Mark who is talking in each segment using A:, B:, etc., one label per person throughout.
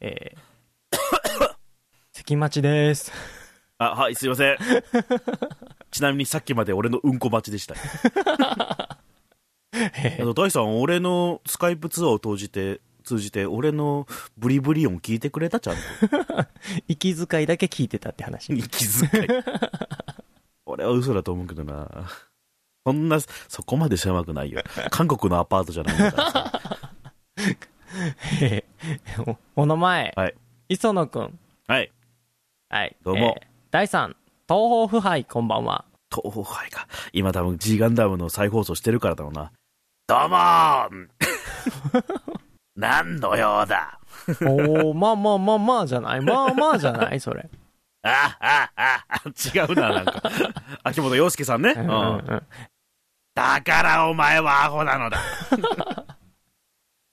A: えー 関町です。
B: あ、はい、すいません。ちなみにさっきまで俺のうんこ待ちでした。
A: え
B: あの、大さん、俺のスカイプツアーを通じて、通じて、俺のブリブリ音聞いてくれたちゃんと。
A: ー 息遣いだけ聞いてたって話。
B: 息遣い。俺は嘘だと思うけどな。そんな、そこまで狭くないよ。韓国のアパートじゃないんだからさ。
A: えー おお名前、
B: はい
A: 磯野くん。
B: はい。
A: はい。
B: どうも
A: えー第3、東方腐敗、こんばん は。
B: 東方杯か。今多分 G ガンダムの再放送してるからだろうな。どうもー何の用だ
A: おー、まあまあまあまあじゃない。まあまあじゃない、そ れ。
B: あ、あ、あ、あ違うな、なん か。秋元洋介さんね。
A: う
B: うんん。
A: うんうん
B: だからお前はアホなのだ。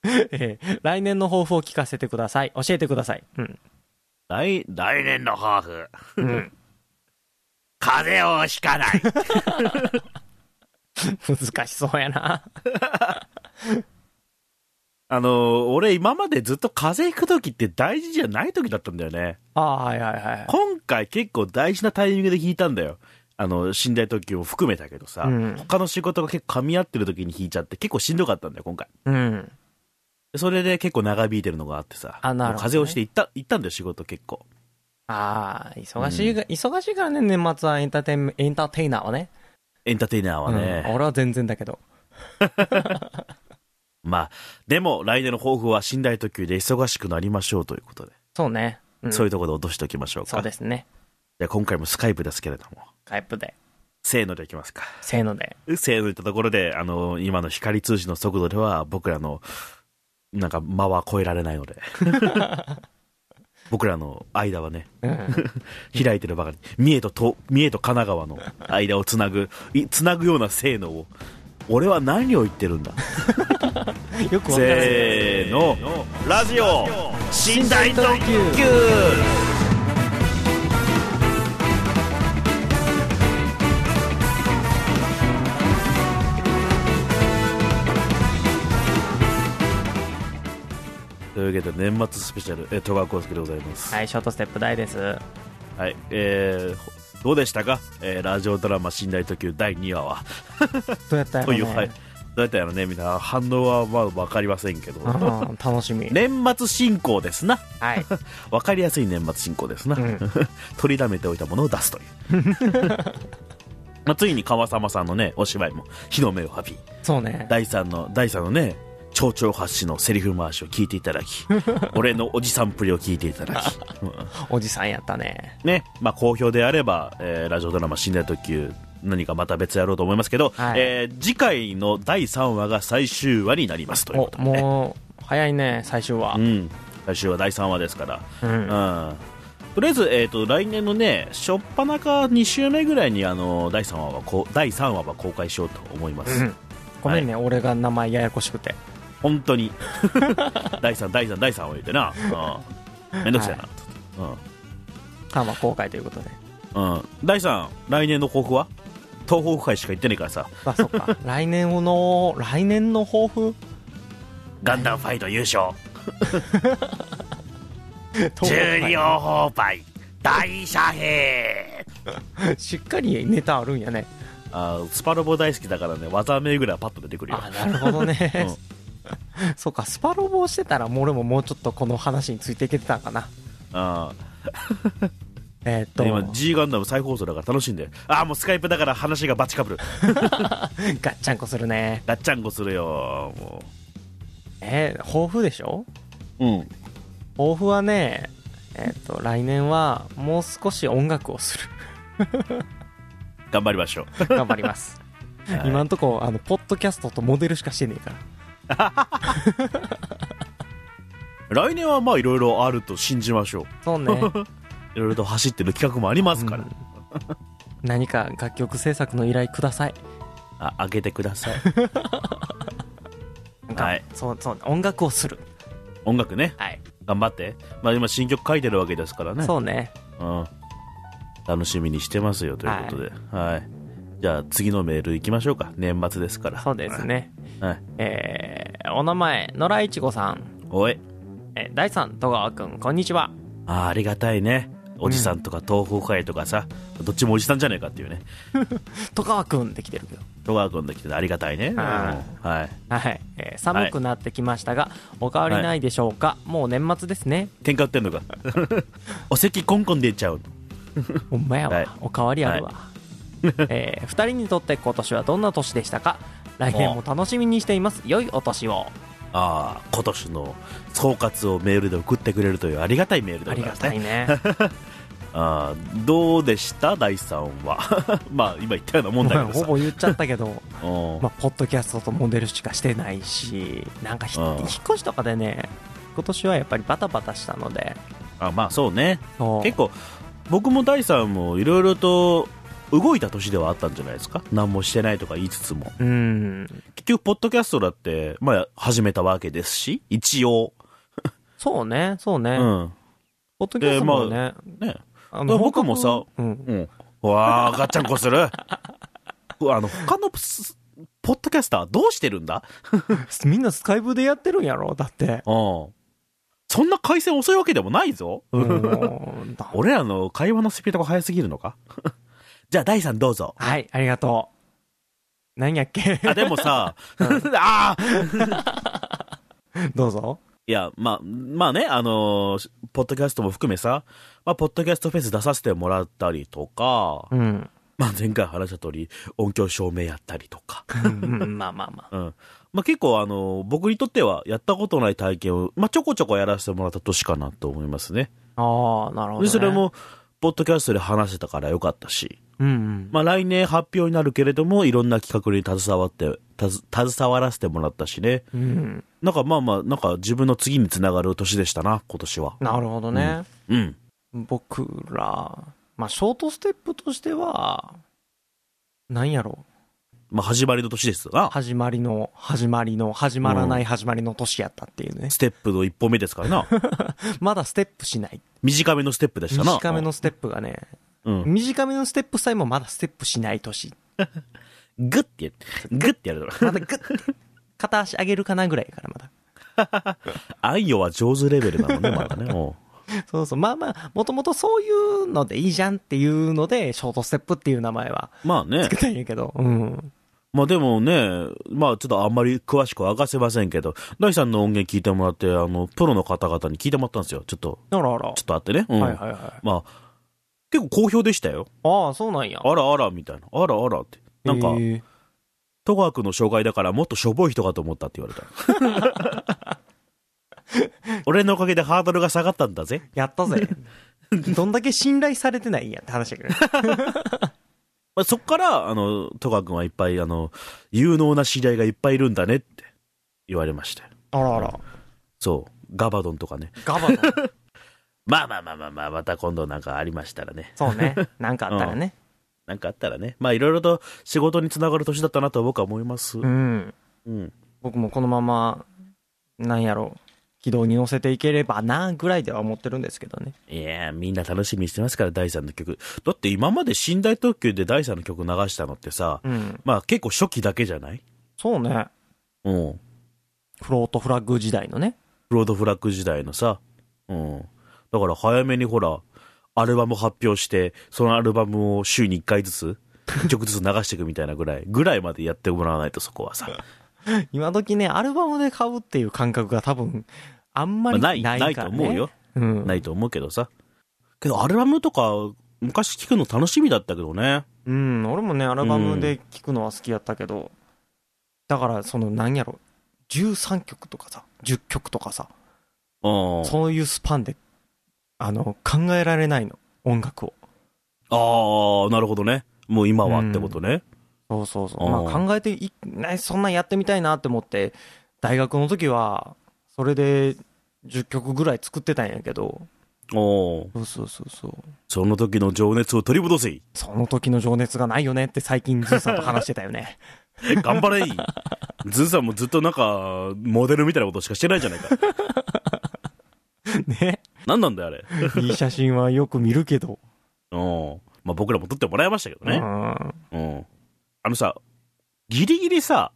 A: えー来年の抱負を聞かせてください。教えてください。うん。
B: 来、来年の抱負。
A: うん、
B: 風邪をひかない。
A: 難しそうやな。
B: あのー、俺今までずっと風邪ひく時って大事じゃない時だったんだよね。
A: ああ、はいはいはい。
B: 今回結構大事なタイミングで引いたんだよ。あの、死んだ時も含めたけどさ。
A: うん。
B: 他の仕事が結構噛み合ってる時に引いちゃって結構しんどかったんだよ、今回。
A: うん。
B: それで結構長引いてるのがあってさ。
A: あなるほどね
B: 風邪をして行った、行ったんだよ、仕事結構。
A: ああ、忙しいが、忙しいからね、年末はエンターテインメ、エンターテイナーはね。
B: エンターテイナーはね。
A: うん俺は全然だけど。
B: まあ、でも、来年の抱負は寝台特急で忙しくなりましょうということで、
A: そうね。うん
B: そういうところで落としておきましょうか。
A: そうですね。
B: じゃあ今回もスカイプですけれども、
A: カイプで。
B: せーのでいきますか。
A: せーので。
B: せーのでいったところで、あの、今の光通信の速度では、僕らの、なんか、間は超えられない ので、僕らの間はね、
A: うん。
B: 開いてるばかり、三重とと、三重と神奈川の間をつなぐ、いつなぐようなせーのを、俺は何を言ってるんだ。
A: よくわからない。
B: せーの、ラジオ、寝台特急というわけで年末スペシャル、えー、戸川浩介でございます。は
A: はい、ショートステップ大です。
B: い、えーほどうでしたか、えーラジオドラマ寝台特急第2話は。
A: どうやったや
B: と
A: ろ
B: いう、
A: ね
B: はい、どうやったやろね、みたいな反応はまあ分かりませんけど、
A: うん楽しみ。
B: 年末進行ですな。
A: はい。
B: 分かりやすい年末進行ですな、
A: うん
B: 取りだめておいたものを出すという まあついに川様さんのねお芝居も日の目を浴び
A: そう ね。
B: 第3の第三のね蝶々発しのセリフ回しを聞いていただ き俺のおじさんっぷりを聞いていただき、うん
A: おじさんやったね。
B: ねまあ好評であれば、えーラジオドラマ「死んだ特急」何かまた別やろうと思いますけど、
A: はい
B: えー次回の第3話が最終話になりますという
A: お
B: こ、とで、ね、
A: もう、早いね、最終話
B: う。ん最終話第3話ですから
A: うん。
B: うんとりあえず、えー、と来年のね初っ端か2週目ぐらいにあの第3話はこう第3話は公開しようと思いま
A: う
B: す、
A: んごめんね、俺が名前ややこしくて。
B: 本当に 第3第3第3話言うてな、うん、めんどくさいな、
A: 3話公開ということ で。
B: うんうん、第3来年の抱負は東方会しか言ってないからさ
A: あ、そっか。来年の、来年の抱負
B: ガンダムファイト優勝
A: 12
B: 砲杯大遮蔽
A: しっかりネタあるんやね。
B: あースパロボ大好きだからね技名ぐらいはパッと出てくるよ
A: あ、なるほどね。 そうか、スパロボをしてたら、もう俺ももうちょっとこの話についていけてたんかな。
B: あ
A: えーっと、
B: 今 G ガンダム再放送だから楽しいんだよああもうスカイプだから話がバチかぶる
A: ガッチャンコするね。
B: ガッチャンコするよも
A: えー、抱負でしょ
B: ううん
A: 抱負はね、えーっと、来年はもう少し音楽をする。
B: 頑張りましょう
A: 頑張ります。
B: はい
A: 今んとこ、あの、ポッドキャストとモデルしかしてねえから。
B: 来年はまあいろいろあると信じましょう
A: そうね。
B: いろいろと走ってる企画もありますから、
A: うん 何か楽曲制作の依頼ください。
B: ああげてください
A: なんか
B: はい
A: そう、そう、音楽をする。
B: 音楽ね
A: はい。
B: 頑張ってまあ今新曲書いてるわけですからね
A: そうね。
B: うん、楽しみにしてますよということではい、じゃあ次のメールいきましょうか年末ですから
A: そうですね。
B: はい
A: えー、お名前、野良いちごさん。
B: おい
A: えー第3戸川くんこんにちは
B: あーありがたいねおじさんとか東方会とかさ、どっちもおじさんじゃねえかっていうね
A: 戸川くんできてるけど
B: 戸川君できてありがたいね
A: は
B: うんはい
A: はい、えー寒くなってきましたが、お変わりないでしょうか、もう年末ですね
B: 喧嘩売ってんのか お席コンコン出ちゃう
A: ほんまやわ、
B: はい
A: お変わりあるわ、え2人に とって今年はどんな年でしたか来年も楽しみにしています良いお年を
B: ああ今年の総括をメールで送ってくれるというありがたいメールで
A: あ
B: ご
A: り
B: ざい
A: が
B: ますね
A: たい ね
B: あーどうでした大さんは まあ今言ったようなもんだけど
A: ほ
B: さ
A: ぼ言っちゃったけ ど、
B: うん
A: まあ、ポッドキャストとモデルしかしてないしなんかひ
B: うん
A: 引っ越しとかでね今年はやっぱりバタバタしたので
B: あまあそうね
A: そう
B: 結構僕も大さんもいろいろと動いた年ではあったんじゃないですか何もしてないとか言いつつも
A: うん
B: 結局ポッドキャストだってまあ始めたわけですし一応
A: そうねそうね、
B: うん
A: ポッドキャストもね、
B: ね
A: あ
B: だから僕もさ
A: 本格うん
B: うんうわ あガッチャンコするうわあの他のスポッドキャスターどうしてるんだ
A: みんなスカイブでやってるんやろだって。
B: うんそんな回線遅いわけでもないぞ
A: うんだ
B: 俺らの会話のスピードが速すぎるのか じゃあ、第3どうぞ。
A: はい、ありがとう。何やっけ
B: あ、でも さ、ああ
A: どうぞ。
B: いや、まあ、まあね、あのーポッドキャストも含めさ、まあ、ポッドキャストフェス出させてもらったりとか、
A: うん。
B: まあ、前回話した通り、音響証明やったりとか、
A: うんまあまあま
B: うん。まあ、結構、あのー僕にとっては、やったことない体験を、まあ、ちょこちょこやらせてもらった年かなと思いますね。
A: あ。ああ、なるほど、
B: で、
A: ね。
B: それ、も、ポッドキャストで話せたからよかったし、
A: うんうん。
B: まあ、来年発表になるけれども、いろんな企画に携わって、たず携わらせてもらったしね。
A: うん。
B: なんかまあまあ、なんか自分の次につながる年でしたな、今年は。
A: なるほどね。
B: うん。
A: 僕ら、まあ、ショートステップとしては、何やろ
B: まあ、始まりの年ですが、
A: 始まりの、始まりの、始まらない始まりの年やったっていうね。
B: ステップの一歩目ですからな。
A: まだステップしない。
B: 短めのステップでしたな。
A: 短めのステップがね、
B: うん。
A: 短めのステップさえもまだステップしない年
B: グッてやって、グッてやる
A: まだグッて片足上げるかなぐらいやからまだ
B: あんよは上手レベルなのね、まだね。おう
A: そうそうまあまあもともとそういうのでいいじゃんっていうのでショートステップっていう名前は
B: まあね
A: つけ。たんやけどうん
B: まあでもね、まあちょっとあんまり詳しくは明かせませんけど、大さんの音源聞いてもらって、あの、プロの方々に聞いてもらったんですよ。ちょっと、
A: あらあら
B: ちょっとあってね。うん。
A: はいはいはい
B: まあ、結構好評でしたよ。
A: ああそうなんや
B: あらあら、みたいな。あらあらって。なんか
A: へ、え
B: 戸川君の紹介だからもっとしょぼい人かと思ったって言われた。 俺のおかげでハードルが下がったんだぜ。
A: やった ぜどんだけ信頼されてないんやって話やけどね
B: まあ、そっから、あの、戸川君はいっぱい、あの、有能な知り合いがいっぱいいるんだねって言われまして。
A: あらあら
B: そう。ガバドンとかね。
A: ガバだ
B: まあまあまあまあまあ、また今度なんかありましたらね。
A: そうねなんかあったらね
B: なんかあったらね。まあいろいろと仕事につながる年だったなと僕は思います。
A: う
B: うん。
A: ん僕もこのままなんやろ軌道に乗せていければなぐらいでは思ってるんですけどね
B: いやー、みんな楽しみにしてますから、第3の曲。だって今まで寝台特急で第3の曲流したのってさ、
A: うん
B: まあ結構初期だけじゃない
A: そうね
B: うん。
A: フロートフラッグ時代のね。
B: フロードフラッグ時代のさ。うん。だから早めにほら、アルバム発表して、そのアルバムを週に1回ずつ、1曲ずつ流していくみたいなぐらい、ぐらいまでやってもらわないとそこはさ。
A: 今時ね、アルバムで買うっていう感覚が多分、あんま
B: まあ
A: り
B: な、
A: ないい
B: な
A: か
B: い
A: ら、ね
B: と思うよ。。
A: うん。
B: ないと思うけどさ。けどアルバムとか、昔聞くの楽しみだったけどね。
A: うん、俺もね、アルバムで聴くのは好きやったけど、だから、その、なんやろ、13曲とかさ、10曲とかさ、
B: うん。
A: そういうスパンで、あの、考えられないの、音楽を。
B: ああ、なるほどね。もう今はってことね。
A: そうそうそう。
B: あー
A: まあ、考えてい、ね、そんなんやってみたいなって思って、大学の時は、それで10曲ぐらい作ってたんやけど、
B: おー
A: そうそうそうそう。
B: その時の情熱を取り戻せい。
A: その時の情熱がないよねって最近ズーさんと話してたよ ね。
B: 頑張 れい。ズンさんもずっとなんか、モデルみたいなことしかしてないじゃないか。
A: ね。
B: なんなんだよ、あれ。
A: いい写真はよく見るけど。
B: うん。まあ僕らも撮ってもらいましたけど
A: う
B: ね。
A: ん
B: うん。あのさ、ギリギリさ、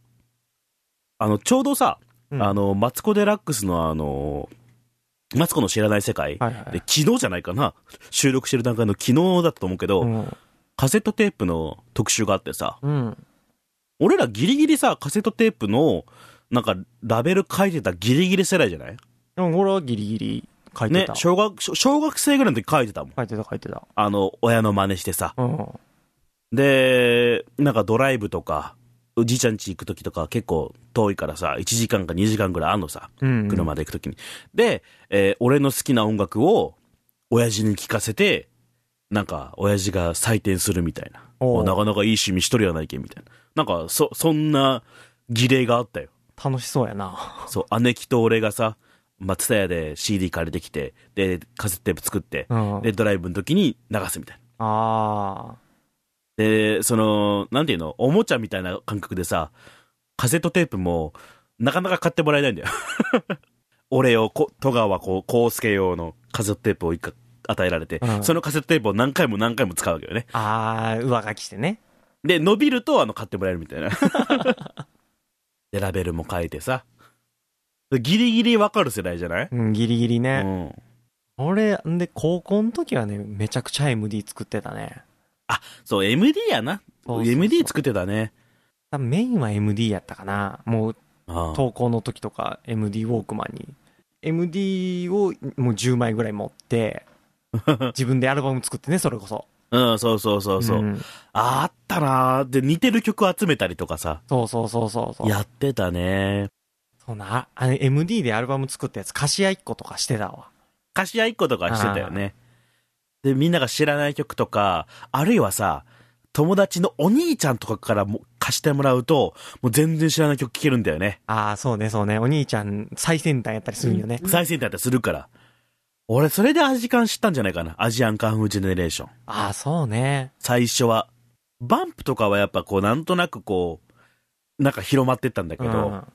B: あの、ちょうどさ、
A: うん
B: あの、マツコ・デラックスのあの、マツコの知らない世界、
A: はいはい
B: で、昨日じゃないかな収録してる段階の昨日だったと思うけど、
A: うん
B: カセットテープの特集があってさ、
A: うん
B: 俺らギリギリさ、カセットテープの、なんか、ラベル書いてたギリギリ世代じゃない
A: でも俺はギリギリ書いて
B: ね
A: た、、書
B: 小学、小小学生ぐらいの時書いてたもん。
A: いてた書いてた
B: あの、親の真似してさ。
A: うん
B: で、なんかドライブとか、おじいちゃん家行く時とか結構遠いからさ、1時間か2時間ぐらいあんのさ、
A: うん
B: 車で行く時に。で、えー俺の好きな音楽を、親父に聞かせて、なんか、親父が採点するみたいな。
A: おう
B: おなかなかいい趣味しとるやないけ、みたいな。なんか、そ、そんな儀礼があったよ。
A: 楽しそうやな
B: そう、姉貴と俺がさ、松田屋で CD 借りてきて、で、カセットテープ作って、
A: うん
B: で、ドライブの時に流すみたいな。
A: あ
B: で、その、なんていうの、おもちゃみたいな感覚でさ、カセットテープも、なかなか買ってもらえないんだよ。 俺をこ、戸川こう、康介用のカセットテープを一回与えられて、
A: うん
B: そのカセットテープを何回も何回も使うわけよね。
A: あああ上書きしてね
B: で、伸びると、あの、買ってもらえるみたいな。 で、ラベルも書いてさ。ギリギリわかる世代じゃない、
A: うんギリギリ
B: う
A: ね、
B: ん。
A: 俺んで高校の時はねめちゃくちゃ MD 作ってたね
B: そう、MD やな。
A: そうそうそう
B: MD 作ってたね。
A: 多分メインは MD やったかなもう
B: ああ
A: 投稿の時とか MD ウォークマンに MD をもう10枚ぐらい持 って自分でアルバム作ってねそれこそ
B: うん、そうそうそうそう。
A: ん
B: あったなーで、似てる曲集めたりとかさ、
A: そうそうそうそうそう
B: やってたね
A: そうなあの MD でアルバム作ったやつ貸し合いっことかしてたわ
B: 菓子屋一個とかしてたよね。で、みんなが知らない曲とか、あるいはさ、友達のお兄ちゃんとかからも貸してもらうと、もう全然知らない曲聴けるんだよね。
A: ああそうねそうねお兄ちゃん最先端やったりするんよね、
B: 最先端だったりするから。俺、それでアジカン知ったんじゃないかな。アジアンカンフージェネレーション。
A: ああそうね
B: 最初は。バンプとかはやっぱこう、なんとなくこう、なんか広まってったんだけ
A: う
B: ど、
A: ん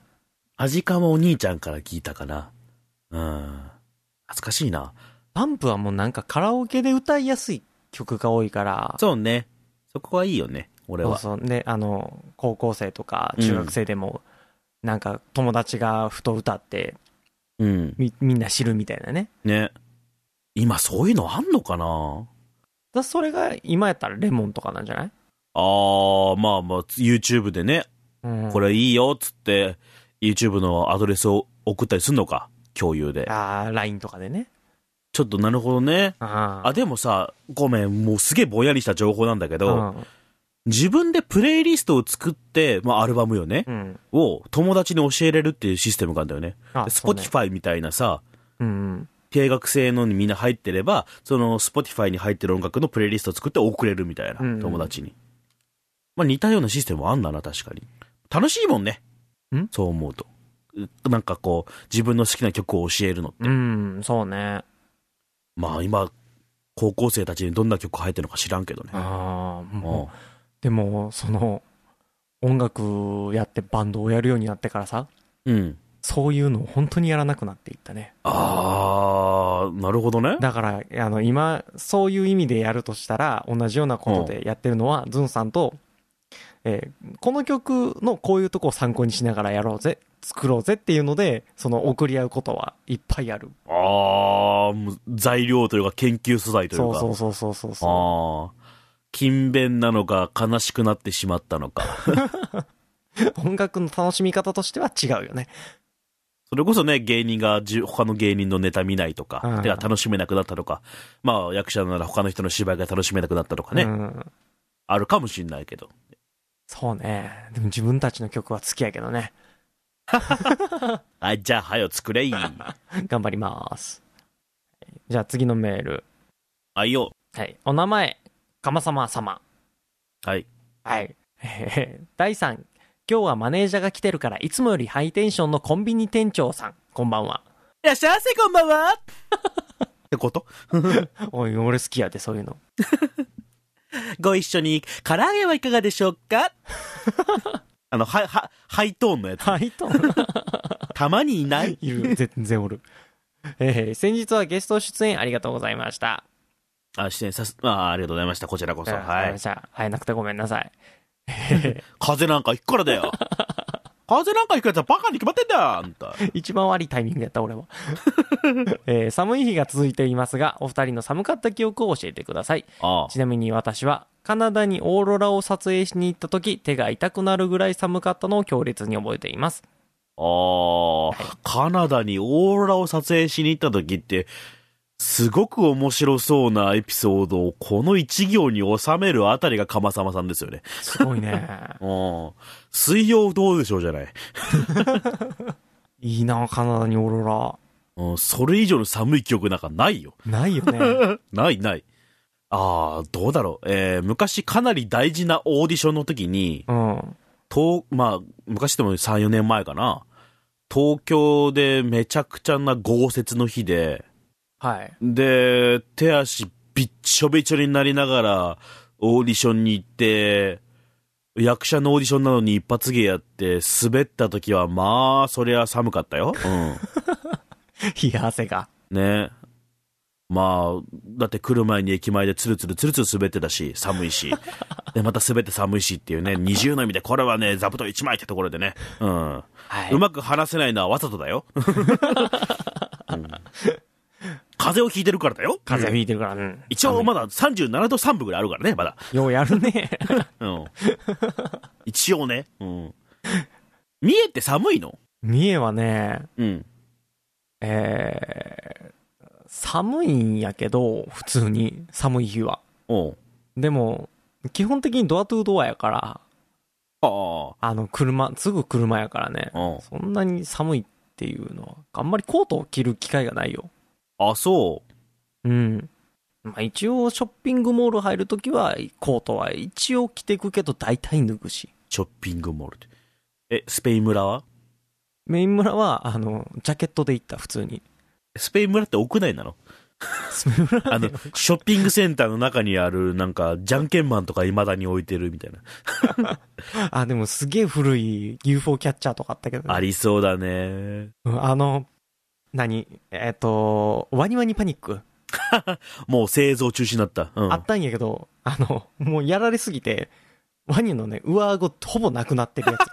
B: アジカンはお兄ちゃんから聞いたかな。うん。懐かしいな。
A: パンプはもうなんかカラオケで歌いやすい曲が多いから
B: そうね。そこはいいよね、俺
A: そう
B: は。
A: そうであの高校生とか
B: うん
A: 中学生でも、なんか友達がふと歌って
B: うん。
A: みみんな知るみたいなね
B: ね。今そういうのあんのかな
A: だそれが今やったらレモンとかなんじゃない、
B: あー、まあまあ、YouTube でね、
A: うん
B: これいいよっつって、YouTube のアドレスを送ったりすんのか共有で。
A: ああ LINE とかでね
B: ちょっとなるほどね。
A: あ
B: あ、でもさ、ごめん、もうすげえぼんやりした情報なんだけ
A: う
B: ど、
A: ん
B: 自分でプレイリストを作って、まあアルバムよね、
A: うん
B: を友達に教えれるっていうシステムがあるんだよね。
A: あ
B: で
A: そうね
B: Spotify みたいなさ、
A: うん
B: 定額制のにみんな入ってれば、その Spotify に入ってる音楽のプレイリストを作って送れるみたいな、
A: うんうん
B: 友達に。まあ似たようなシステムはあんだな、確かに。楽しいもんね
A: ん。
B: そう思うと。うなんかこう、自分の好きな曲を教えるの。
A: うん、うん、そうね
B: まあ今、高校生たちにどんな曲入ってるのか知らんけどね。
A: ああ
B: うん
A: もうでもその音楽やってバンドをやるようになってからさ
B: うん。
A: そういうのを本当にやらなくなっていったね
B: あー、なるほどね。
A: だから、あの、今、そういう意味でやるとしたら、同じようなことでやってるのは、ズンさんと、えーこの曲のこういうとこを参考にしながらやろうぜ、作ろうぜっていうので、その送り合うことはいっぱいある。
B: あー、もう材料というか研究素材というか。
A: そうそうそうそうそうそう。
B: ああ。勤勉なのか、悲しくなってしまったの か。
A: 音楽の楽しみ方としては違うよね。
B: それこそね、芸人がじゅ他の芸人のネタ見ないとか、
A: うん
B: では楽しめなくなったとか、まあ役者なら他の人の芝居が楽しめなくなったとかね、
A: うん。
B: あるかもしんないけど。
A: そうね。でも自分たちの曲は好きやけどね。
B: あ、じゃあ、はよ作 れい。
A: 頑張ります。じゃあ次のメール。
B: あいよ。
A: はい。お名前、かまさま様。
B: はい。
A: はい。 えー第3、今日はマネージャーが来てるから、いつもよりハイテンションのコンビニ店長さん、こんばんは。
B: いらっしゃいませ、こんばんはってこと
A: おい、俺好きやで、そういうの。
B: ご一緒に、唐揚げはいかがでしょう かあの、は、は、ハイトーンのやつ。
A: ハイト
B: たまにいない。
A: いる、 全然おる。えー先日はゲスト出演ありがとうございました。
B: あ、出演さす、あありがとうございました。こちらこそ。はい
A: じ。ゃあ、会えなくてごめんなさい。
B: 風邪なんかひっからだよ。風邪なんかひくやつはバカに決まってんだよあんた。
A: 一番悪いタイミングやった俺は、 えー寒い日が続いていますがお二人の寒かった記憶を教えてください
B: ああ。
A: ちなみに私はカナダにオーロラを撮影しに行った時手が痛くなるぐらい寒かったのを強烈に覚えています
B: ああ、カナダにオーロラを撮影しに行った時って、すごく面白そうなエピソードをこの一行に収めるあたりがカマサマさんですよね。
A: すごいね
B: うん。水曜どうでしょうじゃない。
A: いいなカナダにオーロ
B: うん、それ以上の寒い記憶なんかないよ。
A: ラないよね
B: ないない。ああ、どうだろう。えー、昔かなり大事なオーディションの時に、
A: うん
B: 東、まあ、昔でも3、4年前かな。東京でめちゃくちゃな豪雪の日で、
A: はい
B: で、手足びっちょびちょになりながら、オーディションに行って、役者のオーディションなのに一発芸やって、滑った時は、まあ、そりゃ寒かったよ。
A: 冷や汗が
B: うん。ね。まあ、だって来る前に駅前でツルツルツルツル滑ってたし、寒いし。で、また滑って寒いしっていうね、二重の意味で、これはね、座布団一枚ってところでね。うん。
A: は
B: うまく話せないのはわざとだよ。うん風邪をひいてるからだよ。
A: 風邪ひいてるから、うん、
B: 一応まだ37度3分ぐらいあるからね、まだ。
A: ようやるね
B: うん。一応ね。うん。三重って寒いの
A: 三重はね
B: うん。
A: えー寒いんやけど普通に寒い日は
B: おう
A: でも基本的にドアトゥドアやから
B: あ
A: あの車すぐ車やからね
B: あ。うん。
A: そんなに寒いっていうのは、あんまりコートを着る機会がないよ。
B: あ、そう。
A: うん。まあ一応ショッピングモール入るときは、コートは一応着てくけど大体脱ぐし。
B: ショッピングモールって。え、スペイン村は
A: メイン村は、あの、ジャケットで行った、普通に。
B: スペイン村って屋内なの
A: スペイン村
B: あの、ショッピングセンターの中にある、なんか、じゃんけんマンとか未だに置いてるみたいな。
A: あ、でもすげえ古い UFO キャッチャーとかあったけどね、
B: ありそうだね。
A: うんあの、何えっ、と、ワニワニパニック、
B: もう製造中止になった。うん。
A: あったんやけど、あの、もうやられすぎて、ワニのね、上顎ほぼなくなってるやつ。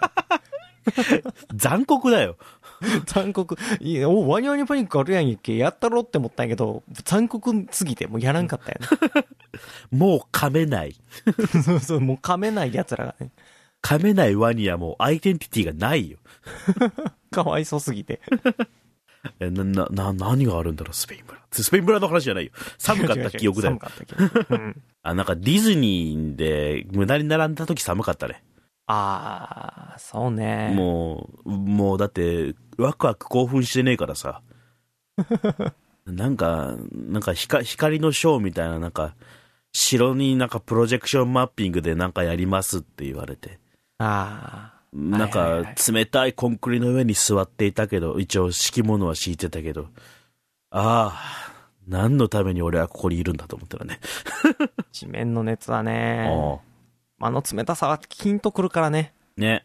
B: 残酷だよ。
A: 残酷。いや、お、ワニワニパニックあるやんけ。やったろって思ったんやけど、残酷すぎてもうやらんかった よ
B: もう噛めない。
A: ね。そうそう、もう噛めない奴らがね。
B: 噛めないワニはもうアイデンティティがないよ。
A: かわいそうすぎて。
B: え、な、な、な、何があるんだろう、スペイン村。スペイン村の話じゃないよ。寒かった記憶だ
A: 違う違
B: よ。
A: う違う寒かった記憶。うん。
B: あ、なんかディズニーで無駄に並んだ時寒かったね。
A: あー、そうね。
B: もう、もうだって、ワクワク興奮してねえか らさ。なんか、なんか光光のショーみたいな、なんか、城になんかプロジェクションマッピングでなんかやりますって言われて。
A: あ
B: な
A: は
B: ん
A: いはいは
B: か、冷たいコンクリの上に座っていたけど、一応敷物は敷いてたけど、ああ、何のために俺はここにいるんだと思ったらね。
A: ー、地面の熱はね、
B: ああ
A: あの冷たさはキンとくるからね。
B: ね。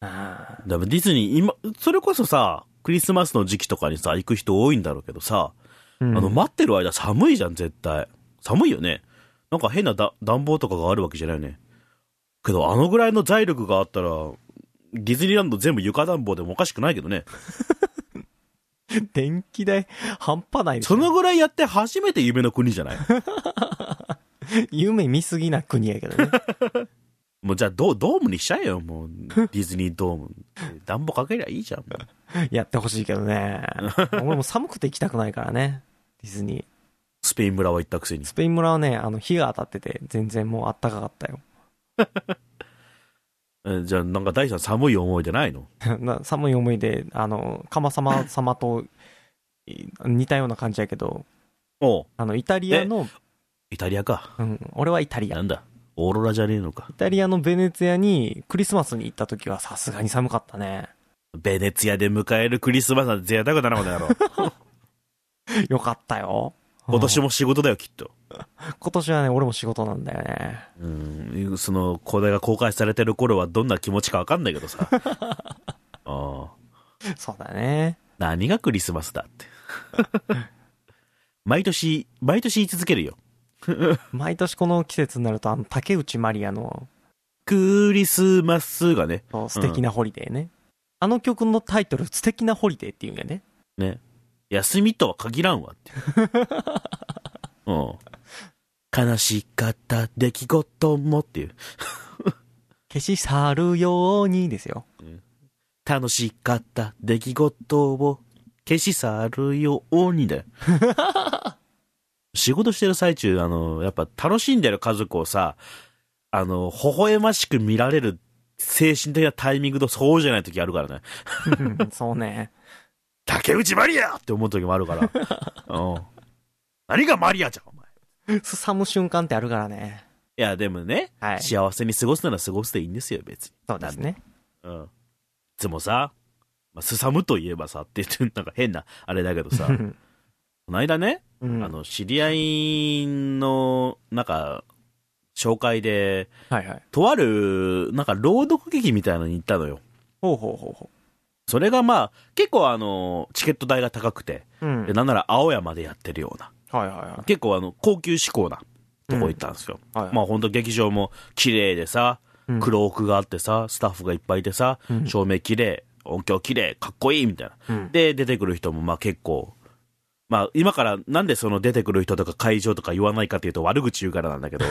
A: あ
B: だからディズニー、今、それこそさ、クリスマスの時期とかにさ、行く人多いんだろうけどさ、
A: ー、うん
B: あの、待ってる間寒いじゃん、絶対。寒いよね。なんか変なだ暖房とかがあるわけじゃないよね。けど、あのぐらいの財力があったら、ディズニーランド全部床暖房でもおかしくないけどね。
A: 電気代半端ないでし
B: そ
A: ょ。
B: のぐらいやって初めて夢の国じゃない
A: 夢見すぎな国やけどね。
B: もうじゃあドドームにしちゃえよ、もう。 ディズニードーム。暖房かけりゃいいじゃん。もう
A: やってほしいけどね。俺も寒くて行きたくないからね。ディズニー。
B: スペイン村は行ったくせに。
A: スペイン村はね、あの、日が当たってて、全然もうあったかかったよ。
B: えじゃあなんか大さん寒い思い出ないの
A: な寒い思いで、あの、かまさま様とい似たような感じやけど、
B: おう
A: あの、イタリアの、
B: イタリアか。
A: うん、俺はイタリア。
B: な
A: イ
B: んだ。オーロラじゃねえのか。
A: タリアのベネツィアにクリスマスに行った時はさすがに寒かったね。
B: ベネツィアで迎えるクリスマスなんて贅沢だなことやろ。
A: よかったよ。
B: 今年
A: も。
B: も仕事だよ、きっと。
A: 今年はね、俺も仕事なんだよね。
B: うん。その、これが公開されてる頃はどんな気持ちかわかんないけどさ。ああ。
A: そうだね。
B: 何がクリスマスだって。 毎年、毎年言い続けるよ。
A: 毎年この季節になると、あの、竹内まりやの、
B: クリスマスがね、
A: そう素敵なホリデーね、あの曲のタイトル、素敵なホリデーっていうんやね。
B: ね。休みとは限らんわって。うん。悲しかった出来事もっていう。
A: 消し去るようにです よ。
B: 楽しかった出来事を消し去るようにだよ。仕事してる最中、あの、やっぱ楽しんでる家族をさ、あの、微笑ましく見られる精神的なタイミングとそうじゃない時あるからね。
A: そうね。
B: 竹内まりやって思う時もあるから。うん。何がマリアじゃん、お前。
A: すさむ瞬間ってあるからね。
B: いや、でもね、
A: はい。
B: 幸せに過ごすなら過ごすでいいんですよ、別に。
A: そうですね。
B: うん。いつもさ、まあ、すさむといえばさって言って、なんか変な、あれだけど さ、この間ね、
A: うん
B: あの、知り合いの、なんか、紹介で、
A: はいはい。
B: とある、なんか朗読劇みたいなのに行ったのよ。
A: ほうほうほうほ
B: それがまあ、結構あの、チケット代が高くて、
A: う。うん。
B: で
A: はい
B: なんなら青山でやってるような、
A: はいは
B: 結構あの、高級志向なとこ行ったんですよ。
A: い。はい
B: まあほんと劇場も綺麗でさ、
A: うん
B: クロークがあってさ、スタッフがいっぱいいてさ、
A: うん
B: 照明綺麗、音響綺麗、かっこいいみたいな。
A: うん
B: で、出てくる人もまあ結構、まあ今からなんでその出てくる人とか会場とか言わないかっていうと悪口言うからなんだ けど。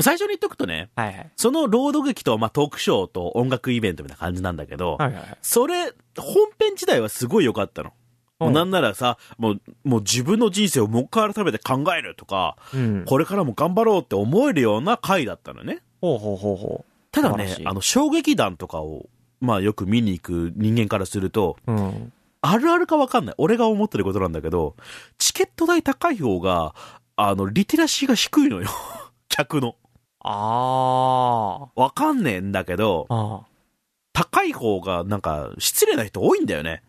B: 最初に言っとくとね、
A: はいはい。
B: その朗読劇とまあトークショーと音楽イベントみたいな感じなんだけど、
A: はいはいはい。
B: それ、本編自体はすごい良かったの。もうなんならさ、もう、もう自分の人生をもう一回改めて考えるとか、
A: うん。
B: これからも頑張ろうって思えるような回だったのね。
A: ほうほうほうほ
B: ただ
A: 素晴ら
B: ね
A: し、い
B: あの、衝撃弾とかを、まあよく見に行く人間からすると、
A: う。うん。
B: あるあるかわかんない。俺が思ってることなんだけど、チケット代高い方が、あの、リテラシーが低いのよ。 客の。
A: あ
B: わかんねえんだけど
A: あ。、あ
B: 高い方がなんか、失礼な人多いんだよね。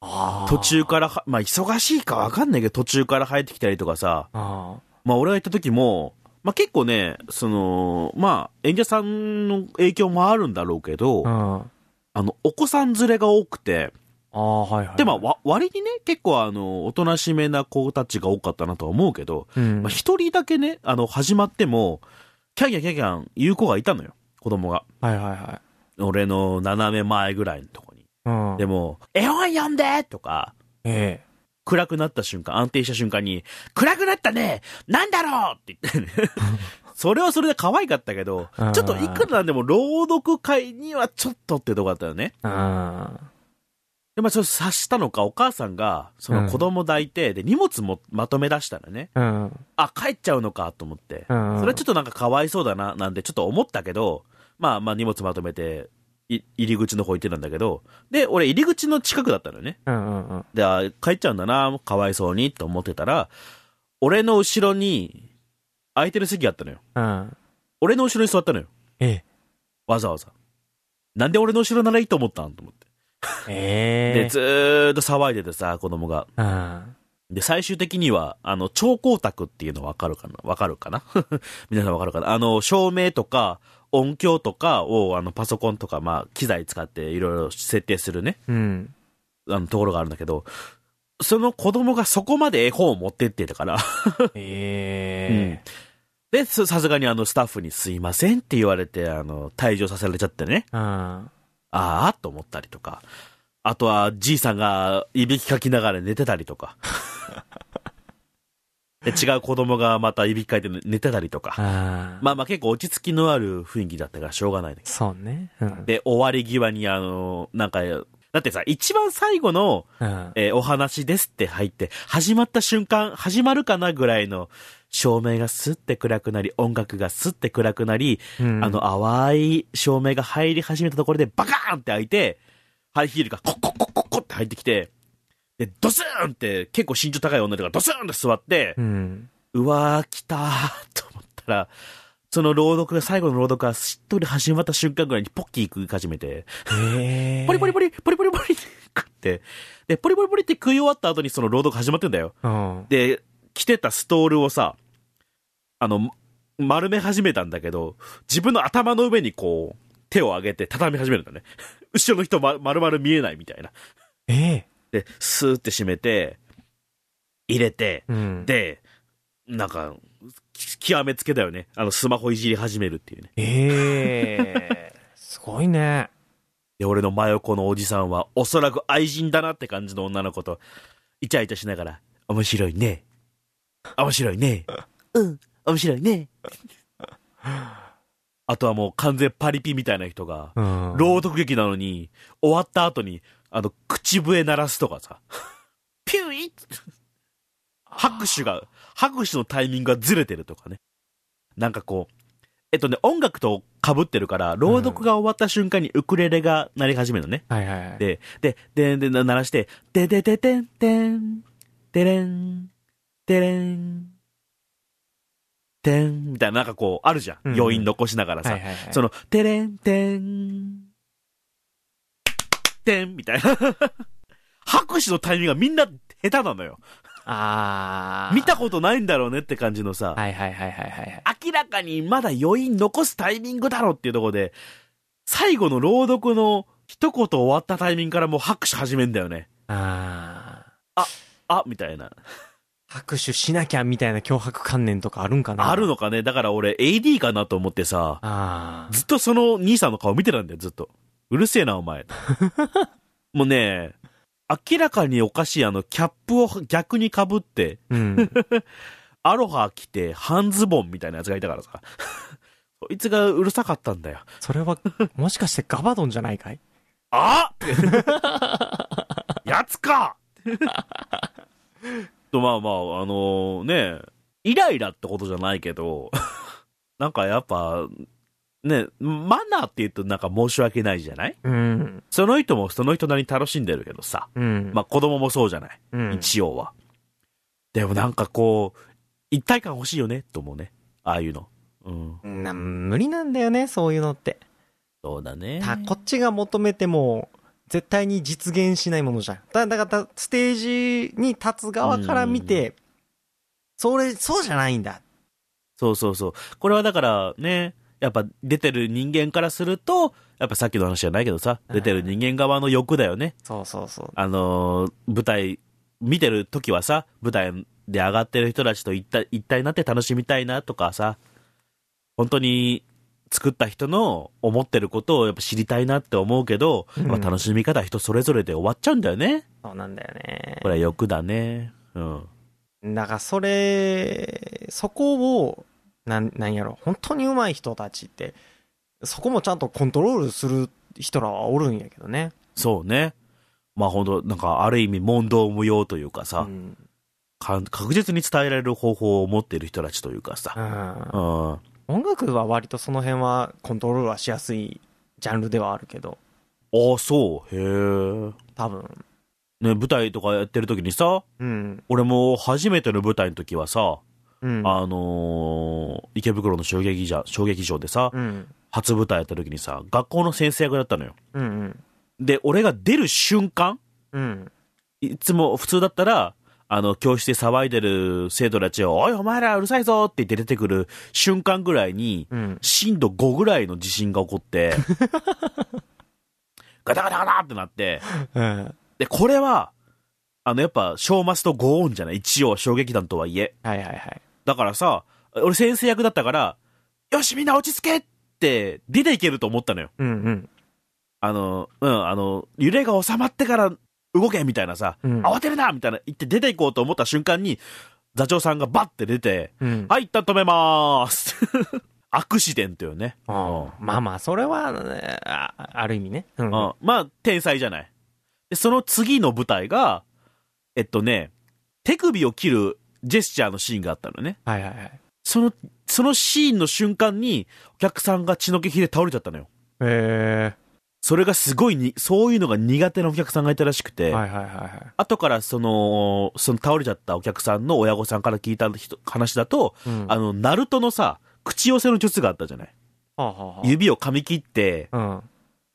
A: あ。
B: 途中からは、まあ忙しいかわかんないけど、途中から入ってきたりとかさ、
A: あ
B: まあ俺が行った時も、まあ結構ね、その、まあ演者さんの影響もあるんだろうけど、
A: あ。うん。
B: あの、お子さん連れが多くて、
A: ああ、はいはい。
B: でまあ、わ割にね、結構あの、おとなしめな子たちが多かったなとは思うけど、
A: うん
B: まあ。一人だけね、あの、始まっても、キャンキャンキャンキャン言う子がいたのよ、子供が。
A: はいはいは
B: 俺の斜め前ぐらいのとこに。
A: い。うん。
B: でも、絵本読んでとか、
A: ええ。
B: 暗くなった瞬間、安定した瞬間に、暗くなったねなんだろうって言ってね。 それはそれで可愛かったけど
A: うん、
B: ちょっといくらなんでも朗読会にはちょっとってとこだったよね。
A: うん。
B: で、まあ、それ察したのか、お母さんが、その子供抱いて、で、荷物もまとめ出したらね、
A: うん。
B: あ、帰っちゃうのかと思って、
A: うん。
B: それはち
A: ょっ
B: ょっとなんかかわいそうだな、なんでちょっと思ったけど、まあまあ荷物まとめて、い入り口の方行ってたんだけど、で、俺入り口の近くだったのよね。
A: と。うんうんうん。
B: で、あ帰っちゃうんだな、かわいそうにと思ってたら、俺の後ろに、空いてる席があったのよ。
A: うん。
B: 俺の後ろに座ったのよ。
A: ええ。
B: わざわざ。なんで俺の後ろならいいと思ったんと思って。
A: ええ。
B: で、ずーっと騒いでてさ、子供が。
A: うん。
B: で、最終的には、あの、超光沢っていうのわかるかなわかるかな 皆さんわかるかなあの、照明とか、音響とかを、あの、パソコンとか、まあ、機材使っていろいろ設定するね、
A: うん。
B: あの、ところがあるんだけど、その子供がそこまで絵本を持ってってたから、
A: ええ。
B: で、ささすがにあの、スタッフにすいませんって言われて、あの、退場させられちゃってね、
A: うん。
B: あーと思ったりとか、あとは、じいさんが、いびきかきながら寝てたりとか、で違う子供がまたいびきかいて寝てたりとか、
A: ああ。
B: まあまあ結構落ち着きのある雰囲気だったからしょうがないね。
A: そうね。うん。
B: で、終わり際にあの、なんか、だってさ、一番最後の、
A: うん。
B: えーお話ですって入って、始まった瞬間、始まるかなぐらいの、照明がスッて暗くなり、音楽がスッて暗くなり、
A: うん
B: あ、の淡い照明が入り始めたところでバカーンって開いて、ハイヒールがコッコッコッコッコッって入ってきて、で、ドスーンって、結構身長高い女の子がドスーンって座って
A: う、ん。
B: うわー、来たーと思ったら、その朗読が、最後の朗読がしっとり始まった瞬間ぐらいにポッキー食い始めて、
A: ええ。
B: ポリポリポリ、ポリポリポリって食って、で、ポリポリポリって食い終わった後にその朗読始まってんだよ。
A: うん。
B: で、着てたストールをさ、あの、ま丸め始めたんだけど、自分の頭の上にこう、手を上げて畳み始めるんだね。 後ろの人ま、丸々見えないみたいな。
A: ええ。
B: で、スーって閉めて、入れて、
A: うん。
B: で、なんか、極めつけだよね。あの、スマホいじり始めるっていうね。
A: ええすごいね。
B: で、俺の真横のおじさんは、おそらく愛人だなって感じの女の子と、イチャイチャしながら、面白いね。面白いね。うん、面白いね。あとはもう完全パリピみたいな人が、
A: うん。
B: 朗読劇なのに、終わった後に、あの、口笛鳴らすとかさ、 ピュイッ拍手が、拍手のタイミングがずれてるとかね。なんかこう、えっとね、音楽と被ってるから、朗読が終わった瞬間にウクレレが鳴り始めるのね。
A: はいはいはい。
B: で、で、で、で、な鳴らして、ででででんでん、でれん、でれん、でん、みたいな、なんかこう、あるじゃ
A: うん
B: ん。
A: うん
B: 余韻残しながら
A: は
B: さ
A: い。はいはい。
B: その、てれんてん、てんみたいな。 拍手のタイミングがみんな下手なのよ。
A: ああ。
B: 見たことないんだろうねって感じのさ、
A: はいはいはいはいはい。
B: 明らかにまだ余韻残すタイミングだろうっていうところで、最後の朗読の一言終わったタイミングからもう拍手始めんだよね。
A: ああ。
B: あ、みたいな。
A: 拍手しなきゃみたいな脅迫観念とかあるんかな
B: あるのかね。だから俺 AD かなと思ってさ、
A: ああ。
B: ずっとその兄さんの顔見てたんだよ、ずっと。うるせえな、お前。もうね、明らかにおかしい、あの、キャップを逆に被って、
A: うん。
B: アロハ着て、半ズボンみたいなやつがいたからさ。 そいつがうるさかったんだよ。
A: それは、 もしかしてガバドンじゃないかい
B: あやつかと、まあまあ、あのね、イライラってことじゃないけど、 なんかやっぱ、ね、マナーって言うとなんか申し訳ないじゃない
A: うん。
B: その人もその人なりに楽しんでるけどさ。
A: うん。
B: まあ子供もそうじゃない。
A: うん、
B: 一応は。でもなんかこう、一体感欲しいよね、と思うね。ああいうの。うん。
A: な無理なんだよね、そういうのって。
B: そうだね。
A: たこっちが求めても、絶対に実現しないものじゃん。だだから、ステージに立つ側から見て、それ、そうじゃないんだ。
B: そうそうそう。これはだからね、やっぱ出てる人間からすると、やっぱさっきの話じゃないけどさ、
A: うん
B: 出てる人間側の欲だよね。
A: そうそうそう。
B: あのー舞台、見てる時はさ、舞台で上がってる人たちと一体一体になって楽しみたいなとかさ、本当に作った人の思ってることをやっぱ知りたいなって思うけど、
A: うん
B: まあ楽しみ方は人それぞれで終わっちゃうんだよね。
A: そうなんだよね
B: こ。れは欲だね。うん。
A: だから、それ、そこを、なん、なんやろ、本当に上手い人たちって、そこもちゃんとコントロールする人らはおるんやけどね。
B: そうね。まあ本当なんかある意味問答無用というかさ、
A: うん。
B: か確実に伝えられる方法を持っている人たちというか
A: う
B: さ、
A: ん
B: う。ん、
A: 音楽は割とその辺はコントロールはしやすいジャンルではあるけど、
B: ああ、そう、へえ。
A: 多分。
B: ね、舞台とかやってる時にさ、
A: うん。
B: 俺も初めての舞台の時はさ、
A: うん。
B: あのー池袋の衝撃じゃ、衝撃場でさ、
A: うん。
B: 初舞台やった時にさ、学校の先生役だったのよ。
A: うんうん。
B: で、俺が出る瞬間、
A: うん。
B: いつも普通だったら、あの、教室で騒いでる生徒たちを、おいお前らうるさいぞって言って出てくる瞬間ぐらいに、
A: うん。
B: 震度5ぐらいの地震が起こ って、ガタガタガタってなって、
A: うん。
B: で、これは、あの、やっぱ、小マスとゴーンじゃない一応、衝撃弾とはいえ。
A: はいはいはい。
B: だからさ、俺先生役だったから、よし、みんな落ち着けって、出ていけると思ったのよ。
A: うんうん。
B: あの、うん、あの、揺れが収まってから動けみたいなさ、
A: うん。
B: 慌てるなみたいな言って出ていこうと思った瞬間に、座長さんがバッて出て、
A: うん。
B: はい、一旦止めまーす。 アクシデントよね。
A: あまあまあ、それは、ね、あある意味ね。うん。
B: うん、まあ、天才じゃない。で、その次の舞台が、えっとね、手首を切るジェスチャーのシーンがあったのね。
A: はいはいはい。
B: その、そのシーンの瞬間に、お客さんが血の気で倒れちゃったのよ。
A: え
B: それがすごいに、そういうのが苦手なお客さんがいたらしくて、
A: ー。はいはいはいは
B: 後からその、その倒れちゃったお客さんの親御さんから聞いた人話だと、
A: い。うん。
B: あの、ナルトのさ、口寄せの術があったじゃない。
A: はあは
B: 指を噛み切って、
A: あは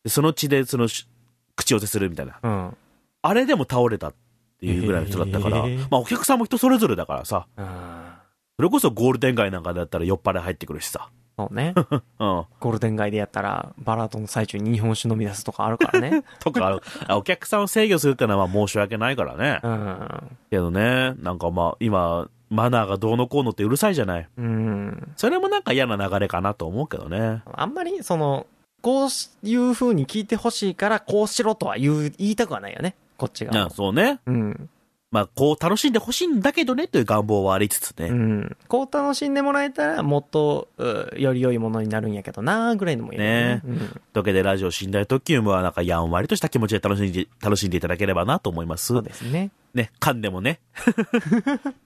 B: でその血でそのし、口寄せするみたいな。
A: あ。うん。うん。
B: あれでも倒れたっていうぐらいの人だったから、
A: へー
B: まあお客さんも人それぞれだからさ、
A: あ
B: それこそゴールデン街なんかだったら酔っ払い入ってくるしさ。
A: ーそうね。
B: うん。
A: ゴールデン街でやったら、バラードの最中に日本酒飲み出すとかあるから ね。
B: とか、あお客さんを制御するってのはまあ申し訳ないからね。
A: うん。
B: けどね、なんかまあ今、マナーがどうのこうのってうるさいじゃない。
A: うん。
B: それもなんか嫌な流れかなと思うけどね。
A: あんまり、その、こうしいう風に聞いてほしいから、こうしろとは言う、言いたくはないよね。こっち
B: あ
A: が。
B: そうね。
A: うん。
B: まあ、こう楽しんでほしいんだけどねという願望はありつつね。
A: うん。こう楽しんでもらえたら、もっと、うより良いものになるんやけどなーぐらいのもいいよ
B: ね
A: うん。
B: というわけで、ラジオ寝台特急もはなんかやんわりとした気持ちで楽しんで、楽しんでいただければなと思います
A: そう。ですね。
B: ね、噛んでもね。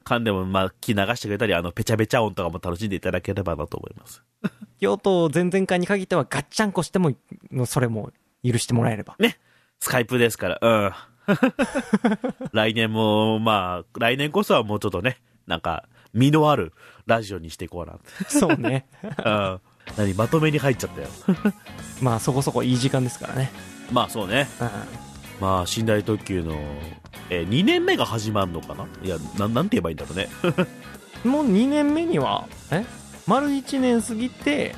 B: 噛んでも、まあ、気流してくれたり、あの、ペチャペチャ音とかも楽しんでいただければなと思います。
A: 京都前々回に限っては、ガッチャンコしても、のそれも許してもらえれば。
B: スカイプですから、うん。 来年も、まあ、来年こそはもうちょっとね、なんか、身のあるラジオにしていこうな
A: そう ね。
B: うん。何、まとめに入っちゃったよ。
A: まあ、そこそこいい時間ですからね。
B: まあ、そうね。
A: う
B: まあ、寝台特急の、えー、2年目が始まるのかないや、なん、なんて言えばいいんだろうね。
A: ん。もう2年目には、え丸1年過ぎて、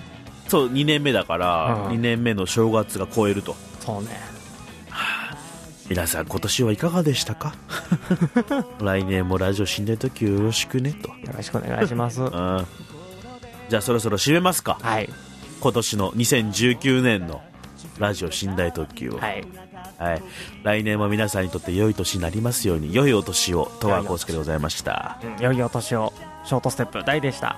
B: そう、2年目だから、
A: うん
B: 2年目の正月が超えると。
A: そうね。
B: 皆さん、今年はいかがでした か来年もラジオ寝台特急よろしくね、と。
A: よろしくお願いします。
B: うん。じゃあ、そろそろ締めますか。
A: はい。
B: 今年の2019年のラジオ寝台特急を、は
A: はいい。
B: 来年も皆さんにとって良い年になりますように良いお年を戸川浩介でございました
A: うん良いお年を、ショートステップ大でした。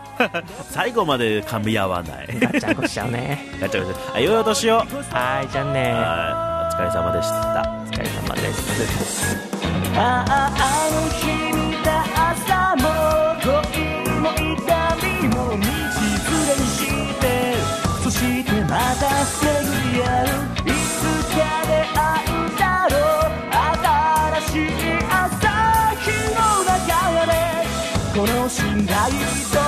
B: 最後まで噛み合わない
A: ガッチャンコしちゃうね。
B: ガチャガチャあ良いお年をはい
A: はい、じゃあね
B: お疲れ様でした
A: お疲れ様です。
C: あああの日見た朝も恋も痛みも道連れにしてそしてまた巡り合ういつか出会うだろう新しい朝日の中でこの信頼と